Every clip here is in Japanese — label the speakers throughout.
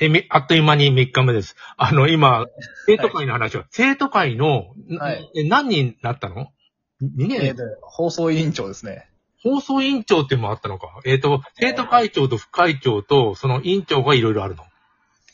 Speaker 1: え、み、あっという間に3日目です。あの、今、生徒会の話を、生徒会の、な
Speaker 2: はい
Speaker 1: え何人なったの ?2
Speaker 2: えー
Speaker 1: 年
Speaker 2: と、放送委員長ですね。
Speaker 1: 放送委員長っていうのもあったのか。えっ、と、生徒会長と副会長と、その委員長がいろいろあるの。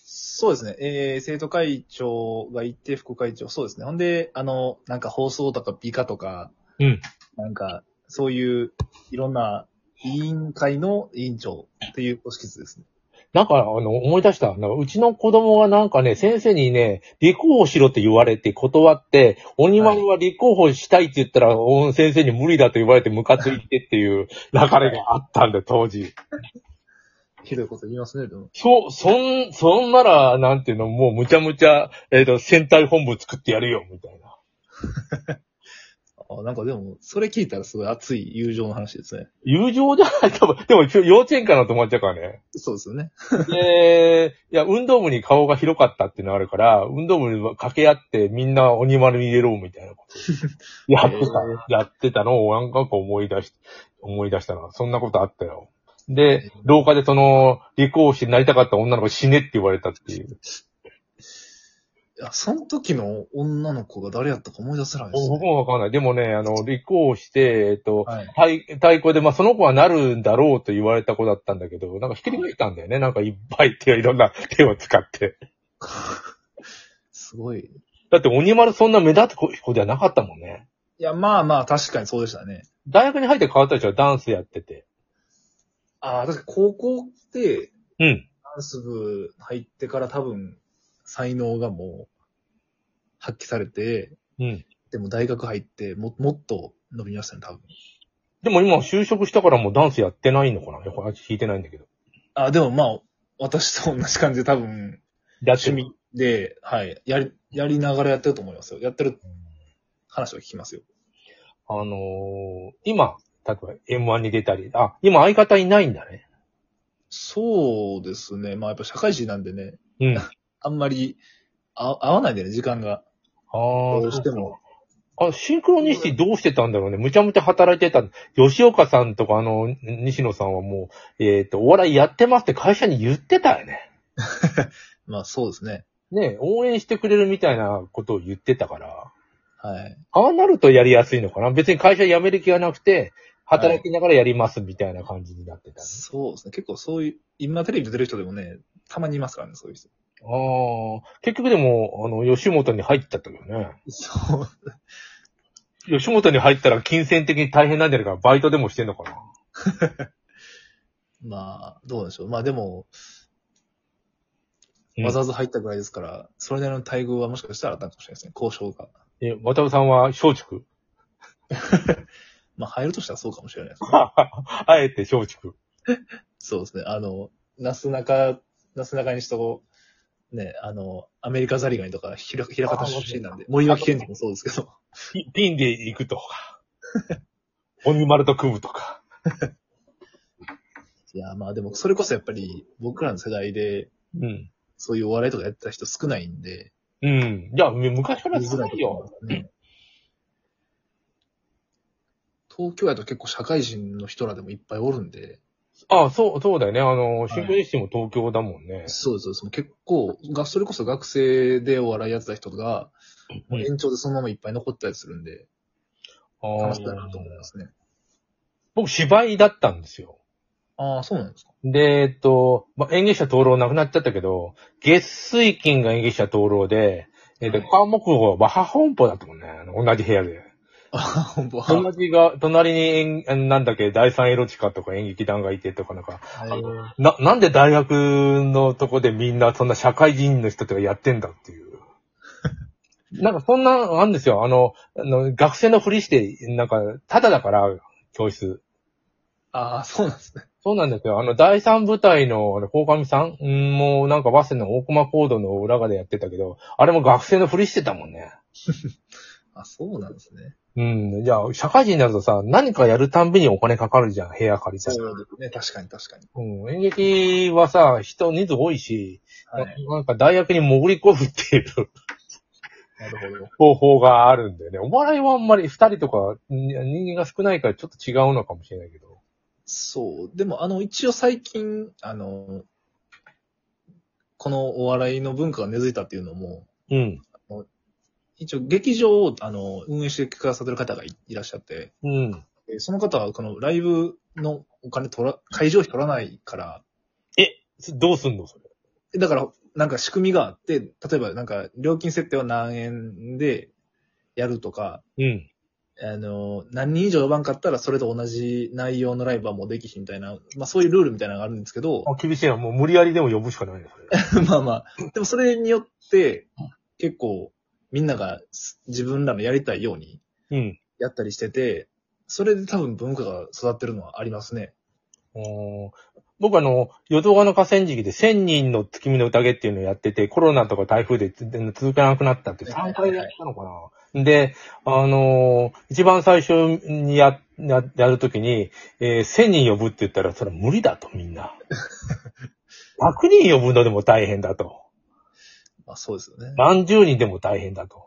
Speaker 2: そうですね。えー、生徒会長がいて、副会長、そうですね。ほんで、あの、なんか放送とか美化とか、
Speaker 1: うん。
Speaker 2: なんか、そういう、いろんな委員会の委員長っていう組織図ですね。
Speaker 1: なんか、あの、思い出した。なんかうちの子供がなんかね、先生にね、立候補しろって言われて断って、鬼丸は立候補したいって言ったら、うん先生に無理だと言われてムカついてっていう流れがあったんだよ、当時。
Speaker 2: ひどいこと言いますね、でも。
Speaker 1: そう、そん、そんなら、なんていうの、もうむちゃむちゃ、えっ、と、戦隊本部作ってやるよ、みたいな。
Speaker 2: あなんかでも、それ聞いたらすごい熱い友情の話ですね。
Speaker 1: 友情じゃない、 多分。でも、幼稚園からの友達だからね。
Speaker 2: そうですよね。
Speaker 1: で、いや、運動部に顔が広かったっていうのがあるから、運動部に掛け合ってみんな鬼丸に入れろみたいなこと。やってた、やってたのをなんか思い出し、思い出したな。そんなことあったよ。で、廊下でその、立候補してなりたかった女の子死ねって言われたっていう。
Speaker 2: いや、その時の女の子が誰やったか思い出せないです
Speaker 1: 僕
Speaker 2: ね。
Speaker 1: もわかんない。でもね、あの、立候補して、えっと、
Speaker 2: はい。
Speaker 1: 対、対抗で、まあ、その子はなるんだろうと言われた子だったんだけど、なんかひっくり返ったんだよね。なんかいっぱい手を、いろんな手を使って。
Speaker 2: すごい。い
Speaker 1: だって鬼丸そんな目立つ子子じゃなかったもんね。
Speaker 2: や、まあまあ、確かにそうでしたね。
Speaker 1: 大学に入って変わった人はダンスやってて。
Speaker 2: ああ、確かに高校って、
Speaker 1: うん。
Speaker 2: ダンス部入ってから多分、才能がもう、発揮されて、
Speaker 1: うん。
Speaker 2: でも大学入って、も、もっと伸びましたね、多分。
Speaker 1: でも今就職したからもうダンスやってないのかな横話聞いてないんだけど。
Speaker 2: あ、でもまあ、私と同じ感じで多分、
Speaker 1: だって
Speaker 2: 趣味で、はい、やり、やりながらやってると思いますよ。やってる話を聞きますよ。
Speaker 1: あのー、今、例えば M1 に出たり、あ、今相方いないんだね。
Speaker 2: そうですね。まあやっぱ社会人なんでね、
Speaker 1: うん。
Speaker 2: あんまり、あ合わないんだよね、時間が。
Speaker 1: ああ。
Speaker 2: どうしても。
Speaker 1: あ、シンクロニシティどうしてたんだろうね。むちゃむちゃ働いてた。吉岡さんとかあの、西野さんはもう、えっ、と、お笑いやってますって会社に言ってたよね。
Speaker 2: まあそうですね。
Speaker 1: ね応援してくれるみたいなことを言ってたから。
Speaker 2: はい。
Speaker 1: ああなるとやりやすいのかな別に会社辞める気がなくて、働きながらやりますみたいな感じになってた、ね
Speaker 2: そうですね。結構そういう、今テレビ出てる人でもね、たまにいますからね、そういう人。
Speaker 1: ああ、結局でも、あの、吉本に入っちゃったけどね。
Speaker 2: そう。
Speaker 1: 吉本に入ったら金銭的に大変なんじゃないかなバイトでもしてんのかな
Speaker 2: まあ、どうでしょう。まあでも、
Speaker 1: うん
Speaker 2: わざわざ入ったぐらいですから、それなりの待遇はもしかしたらあったかもしれないですね、交渉が。
Speaker 1: え、渡辺さんは松竹
Speaker 2: まあ入るとしたらそうかもしれないです、ね。
Speaker 1: あえて松竹。
Speaker 2: そうですね。あの、なすなか、なすなかにしと、ね、あの、アメリカザリガニとか、ひら、ひらかた出身なんで、森脇健児もそうですけど、
Speaker 1: ピピンで行くとか。鬼丸と組むとか。
Speaker 2: いや、まあでも、それこそやっぱり、僕らの世代で、
Speaker 1: うん。
Speaker 2: そういうお笑いとかやってた人少ないんで、
Speaker 1: うん。いや、む昔からすごいよ。
Speaker 2: ね東京やと結構社会人の人らでもいっぱいおるんで、
Speaker 1: ああ、そう、そうだよね。あの、
Speaker 2: い
Speaker 1: シンクロニシティも東京だもんね。
Speaker 2: そうです、そうです。もう結構が、それこそ学生でお笑いやってた人が、もう延長でそのままいっぱい残ったりするんで、
Speaker 1: あ
Speaker 2: 楽
Speaker 1: あ
Speaker 2: しだなと思いますね。
Speaker 1: 僕芝居だったんですよ。
Speaker 2: ああ、そうなんですか。
Speaker 1: で、えっと、まあ、演劇者灯籠なくなっちゃったけど、月水金が演劇者灯籠で、えっと、
Speaker 2: はい
Speaker 1: 川木号は和ハ本舗だったもんね。あの同じ部屋で。
Speaker 2: ああ、 ほんとは。
Speaker 1: 同じが、隣に演あの、なんだっけ、第三エロチカとか演劇団がいてとかなんか、
Speaker 2: はい
Speaker 1: な、なんで大学のとこでみんなそんな社会人の人とかやってんだって いう。なんかそんな、あんですよ。あの、あの学生のふりして、なんか、ただだから、教室。
Speaker 2: ああ、そうなんですね。
Speaker 1: そうなんですよ。あの、第三部隊の、あの、鴻上さんうんもうなんか、早稲の大熊コードの裏側でやってたけど、あれも学生のふりしてたもんね。
Speaker 2: あそうなんですね。
Speaker 1: うん。じゃあ、社会人になるとさ、何かやるたんびにお金かかるじゃん、部屋借りた
Speaker 2: そ
Speaker 1: ら。
Speaker 2: うですね。確かに確かに。
Speaker 1: うん。演劇はさ、人、人数多いし、
Speaker 2: はい。
Speaker 1: ななんか大学に潜り込むっていう
Speaker 2: なるほど。
Speaker 1: 方法があるんだよね。お笑いはあんまり二人とか、に人間が少ないからちょっと違うのかもしれないけど。
Speaker 2: そう。でも、あの、一応最近、あの、このお笑いの文化が根付いたっていうのも、
Speaker 1: うん。
Speaker 2: 一応劇場を、あの、運営してくださってる方がいいらっしゃって、
Speaker 1: うん。
Speaker 2: えーその方は、このライブのお金取ら、会場費取らないから、
Speaker 1: どうすんのそれ。
Speaker 2: だから、なんか仕組みがあって、例えばなんか料金設定は何円でやるとか、
Speaker 1: うん。
Speaker 2: あの、何人以上呼ばんかったらそれと同じ内容のライブはもうできひんみたいな、まあそういうルールみたいなのがあるんですけど、
Speaker 1: あ、厳しいな。もう無理やりでも呼ぶしかないね、それ。
Speaker 2: まあまあ、でもそれによって、結構みんながす自分らのやりたいように
Speaker 1: うん。
Speaker 2: やったりしてて、それで多分文化が育ってるのはありますね。
Speaker 1: おー僕あの、淀川の河川敷で1000人の月見の宴っていうのをやってて、コロナとか台風でつ続かなくなったって3回やったのかな。で、あのー一番最初にや、ややるときに、えー1000人呼ぶって言ったら、それは無理だと、みん な。100人呼ぶのでも大変だと。
Speaker 2: まあそうですよね。
Speaker 1: 何十人でも大変だと。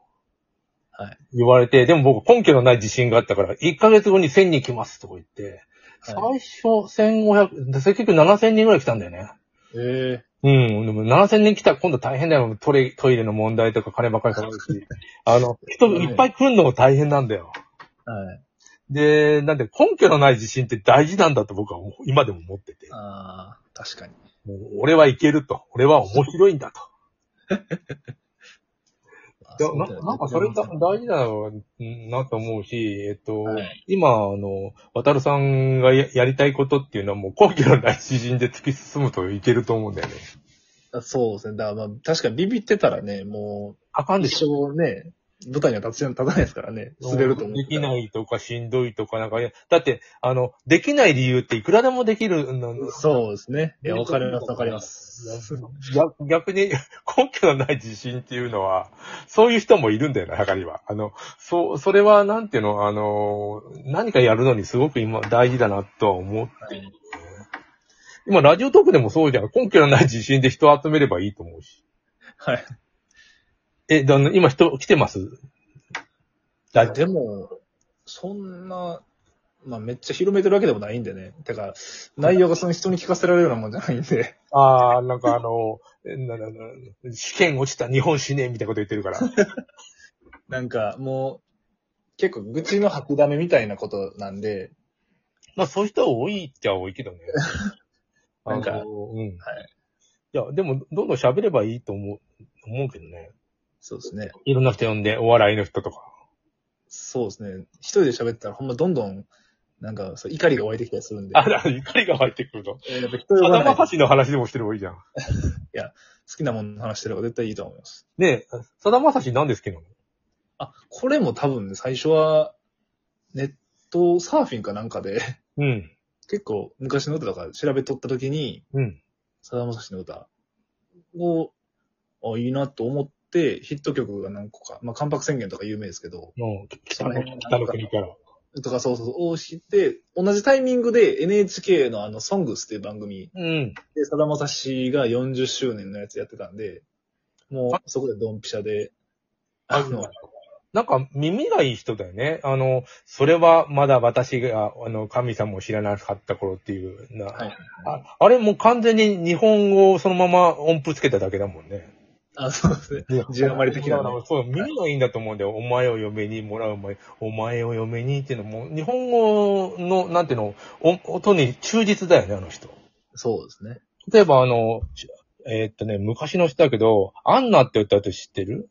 Speaker 2: はい。
Speaker 1: 言われて、でも僕根拠のない自信があったから、1ヶ月後に1000人来ますとか言って、
Speaker 2: は
Speaker 1: 最
Speaker 2: い、
Speaker 1: 初1500、で結局7000人ぐらい来たんだよね。
Speaker 2: え
Speaker 1: うん。でも7000人来たら今度大変だよ。トイレ、トイレの問題とか金ばっかりかかる し。あの、人いっぱい来るのも大変なんだよ。
Speaker 2: えはい。
Speaker 1: で、なんで根拠のない自信って大事なんだと僕は今でも思ってて。
Speaker 2: ああ、確かに。
Speaker 1: もう俺はいけると。俺は面白いんだと。
Speaker 2: あ
Speaker 1: いや
Speaker 2: そう
Speaker 1: な
Speaker 2: だよね
Speaker 1: なんかそれだ大事なのなと思うし、えっと、
Speaker 2: はい
Speaker 1: 今、あの、渡るさんがややりたいことっていうのはもう根拠のない指針で突き進むといけると思うんだよね。
Speaker 2: あそうですね。だからまあ確かにビビってたらね、も
Speaker 1: あかん
Speaker 2: う
Speaker 1: でし
Speaker 2: 一
Speaker 1: ょ。
Speaker 2: 生ね、舞台には立ち立たないですからね。滑ると思う。
Speaker 1: できないとかしんどいとかなんか、いやだって、あの、できない理由っていくらでもできるの。
Speaker 2: そうですね。いや、わかります、わかります。
Speaker 1: 逆逆に、根拠のない自信っていうのは、そういう人もいるんだよな、中には。あの、そう、それは、なんていうの、あの、何かやるのにすごく今大事だなとは思う。
Speaker 2: はい
Speaker 1: 今、ラジオトークでもそうじゃん。根拠のない自信で人を集めればいいと思うし。
Speaker 2: はい。
Speaker 1: え、だ今人来てますラジ
Speaker 2: でも、そんな、まあ、めっちゃ広めてるわけでもないんでね。てか、内容がその人に聞かせられるようなもんじゃないんで。
Speaker 1: オあー、なんかあの、えななな試験落ちた日本史ね、みたいなこと言ってるから。
Speaker 2: なんか、もう、結構、愚痴の吐くだめみたいなことなんで、
Speaker 1: まあそういう人は多いっちゃ多いけどね。
Speaker 2: なんか
Speaker 1: あのうん。。
Speaker 2: はい
Speaker 1: いや、でも、どんどん喋ればいいと思う、思うけどね。
Speaker 2: そうですね。
Speaker 1: いろんな人呼んで、お笑いの人とか。
Speaker 2: そうですね。一人で喋ってたら、ほんまどんどん、なんか、そう怒りが湧いてきたりするんで。
Speaker 1: あ、だから怒りが入ってくるの。
Speaker 2: えーやっぱ人
Speaker 1: さ
Speaker 2: 呼ば
Speaker 1: だ
Speaker 2: ない
Speaker 1: ま
Speaker 2: 好
Speaker 1: さしの話でもしてる方がいいじゃん。
Speaker 2: きなものの話してる方が絶対いいと思います。
Speaker 1: ねえ、さだまさしなんですけど。
Speaker 2: あ、これも多分ね、最初は、ネットサーフィンかなんかで、
Speaker 1: うん。
Speaker 2: 結構昔の歌とか調べとった時に、
Speaker 1: うん。
Speaker 2: さだまさしの歌を、あ、いいなと思って、ヒット曲が何個か、まあ、関白宣言とか有名ですけど、
Speaker 1: もう、
Speaker 2: そ
Speaker 1: 北
Speaker 2: の
Speaker 1: の
Speaker 2: 辺
Speaker 1: 北の国から。
Speaker 2: とかそうそうそう、を知って、同じタイミングで NHK のあの、ソングスっていう番組
Speaker 1: うん。
Speaker 2: で、さだまさしが40周年のやつやってたんで、もうそこでドンピシャで、あの、
Speaker 1: なんか耳がいい人だよね。あの、それはまだ私が、あの、神様を知らなかった頃っていうな。
Speaker 2: はい
Speaker 1: ああれもう完全に日本語をそのまま音符つけただけだもんね。
Speaker 2: あ、そうですね。
Speaker 1: いや
Speaker 2: 字余り的なね
Speaker 1: だからそう、耳がいいんだと思うんだよ。お前を嫁にもらう前、お前を嫁にっていうのも、日本語の、なんていうの、お音に忠実だよね、あの人。
Speaker 2: そうですね。
Speaker 1: 例えばあの、しえーっとね、昔の人だけど、アンナって歌って知ってる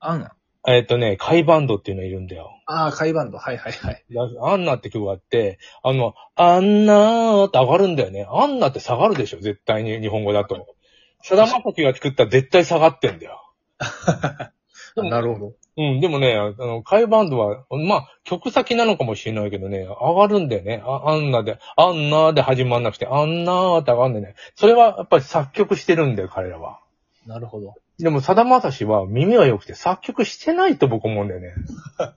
Speaker 2: アンナ。
Speaker 1: えーっとね、カイバンドっていうのいるんだよ。
Speaker 2: ああ、カイバンド。はいはいはい。
Speaker 1: なアンナって曲があって、あの、アンナーって上がるんだよね。アンナって下がるでしょ、絶対に日本語だと。さだまさきが作ったら絶対下がってんだよ。でも
Speaker 2: なるほど。
Speaker 1: うん、でもね、あの、カイバンドは、まあ、曲先なのかもしれないけどね、上がるんだよね。あアンナで、アンナーで始まんなくて、アンナーって上がるんだよね。それはやっぱり作曲してるんだよ、彼らは。
Speaker 2: なるほど。
Speaker 1: でも、さだまさしは耳は良くて作曲してないと僕思うんだよね。
Speaker 2: あ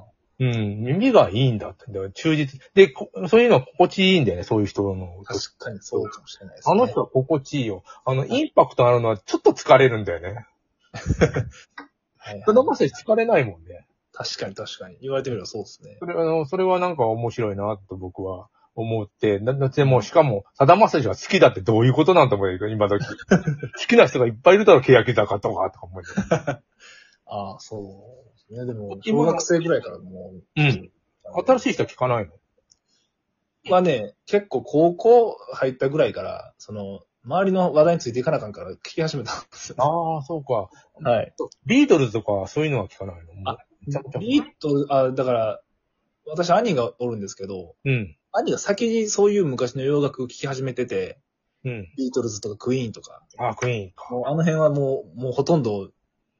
Speaker 2: あ。
Speaker 1: うん、耳がいいんだって。だから忠実。で、こそういうのは心地いいんだよね、そういう人の。
Speaker 2: 確かにそうかもしれないです、
Speaker 1: あ
Speaker 2: ね。
Speaker 1: の人は心地いいよ。あの、インパクトあるのはちょっと疲れるんだよね。
Speaker 2: はいはい
Speaker 1: さだまさし疲れないもんね。
Speaker 2: 確かに確かに。言われてみればそうですね。
Speaker 1: それ、あの、それはなんか面白いな、と僕は思って、な、だってもう、しかも、さだまさしが好きだってどういうことなんて思うよ、今 時。好きな人がいっぱいいるだろ、欅坂とか、とか思うよ。
Speaker 2: ああ、そうですね。でも、
Speaker 1: 今
Speaker 2: 小
Speaker 1: の
Speaker 2: 学生ぐらいからもう、
Speaker 1: うん。新しい人は聞かないの
Speaker 2: はね、結構高校入ったぐらいから、その、周りの話題についていかなあかんから聞き始めたんですよね。
Speaker 1: ああ、そうか。
Speaker 2: はい。
Speaker 1: ビートルズとか、そういうのは聞かないの
Speaker 2: あ
Speaker 1: ちょっと
Speaker 2: ビート、あ、だから、私兄がおるんですけど、
Speaker 1: うん。
Speaker 2: 兄が先にそういう昔の洋楽を聴き始めてて、
Speaker 1: うん。
Speaker 2: ビートルズとかクイーンとか、
Speaker 1: ああ、クイーンか。
Speaker 2: もうあの辺はもう、もうほとんど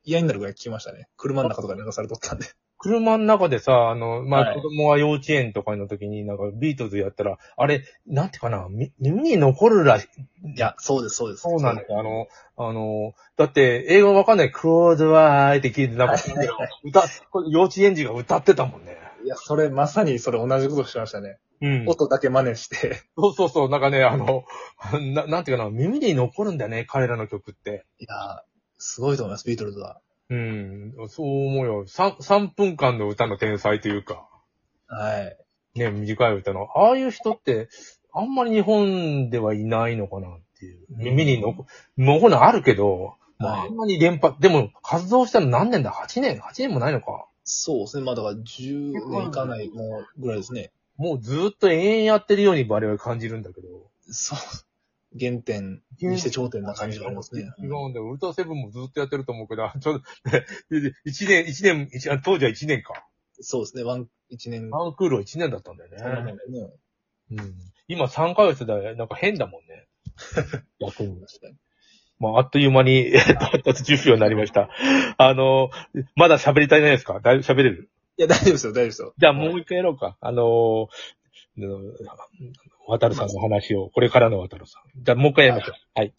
Speaker 2: 嫌になるぐらい聞きましたね。車の中とかに流されとったんで。
Speaker 1: 車の中でさ、あの、ま
Speaker 2: は
Speaker 1: あ、
Speaker 2: い
Speaker 1: 子供は幼稚園とかの時に、なんかビートルズやったら、あれ、なんていうかな、み耳に残るらしい。
Speaker 2: いや、そうです、そうです。
Speaker 1: そうなんだよ。あの、あの、だって、英語わかんない、close eye って聞いて、なんか、歌、これ幼稚園児が歌ってたもんね。
Speaker 2: いや、それ、まさにそれ同じことしてましたね。
Speaker 1: うん。
Speaker 2: 音だけ真似して。
Speaker 1: そうそうそう、なんかね、あの、ななんていうかな、耳に残るんだよね、彼らの曲って。
Speaker 2: いや、すごいと思います、ビートルズは。
Speaker 1: うん、そう思うよ。3、3分間の歌の天才というか。
Speaker 2: はい。
Speaker 1: ね、短い歌の、ああいう人って、あんまり日本ではいないのかなっていう。
Speaker 2: うん
Speaker 1: 耳に残、残るのあるけど、まあ、
Speaker 2: は
Speaker 1: あ
Speaker 2: い
Speaker 1: んまり連発、でも活動したの何年だ ?8 年 ?8 年もないのか。
Speaker 2: そうですね。まあだから10年いかないもうぐらいですね。
Speaker 1: もうずーっと永遠やってるように我々感じるんだけど。
Speaker 2: そう。原点にして頂点な感じがありますね。
Speaker 1: 違うんだよ。ウルトラセブンもずっとやってると思うけど、 ちょっと、ね、1年、1年、一あ当時は1年か。
Speaker 2: そうですね。ワン、1年、
Speaker 1: ワンクールは1年だったんだ
Speaker 2: そんな
Speaker 1: よ
Speaker 2: も
Speaker 1: ね
Speaker 2: ん。でね。
Speaker 1: うん、今3ヶ月だよ。なんか変だもん ね。逆に。
Speaker 2: 確かに。
Speaker 1: まあ、あっという間に、 えっと、発達10秒になりました。あの、まだ喋り足りないですかだいぶ喋れる
Speaker 2: いや、大丈夫ですよ、大丈夫ですよ。
Speaker 1: じゃあもう一回やろうか。あのー、あの渡るさんの話を、これからの渡るさん。じゃあもう一回やりましょう。はい。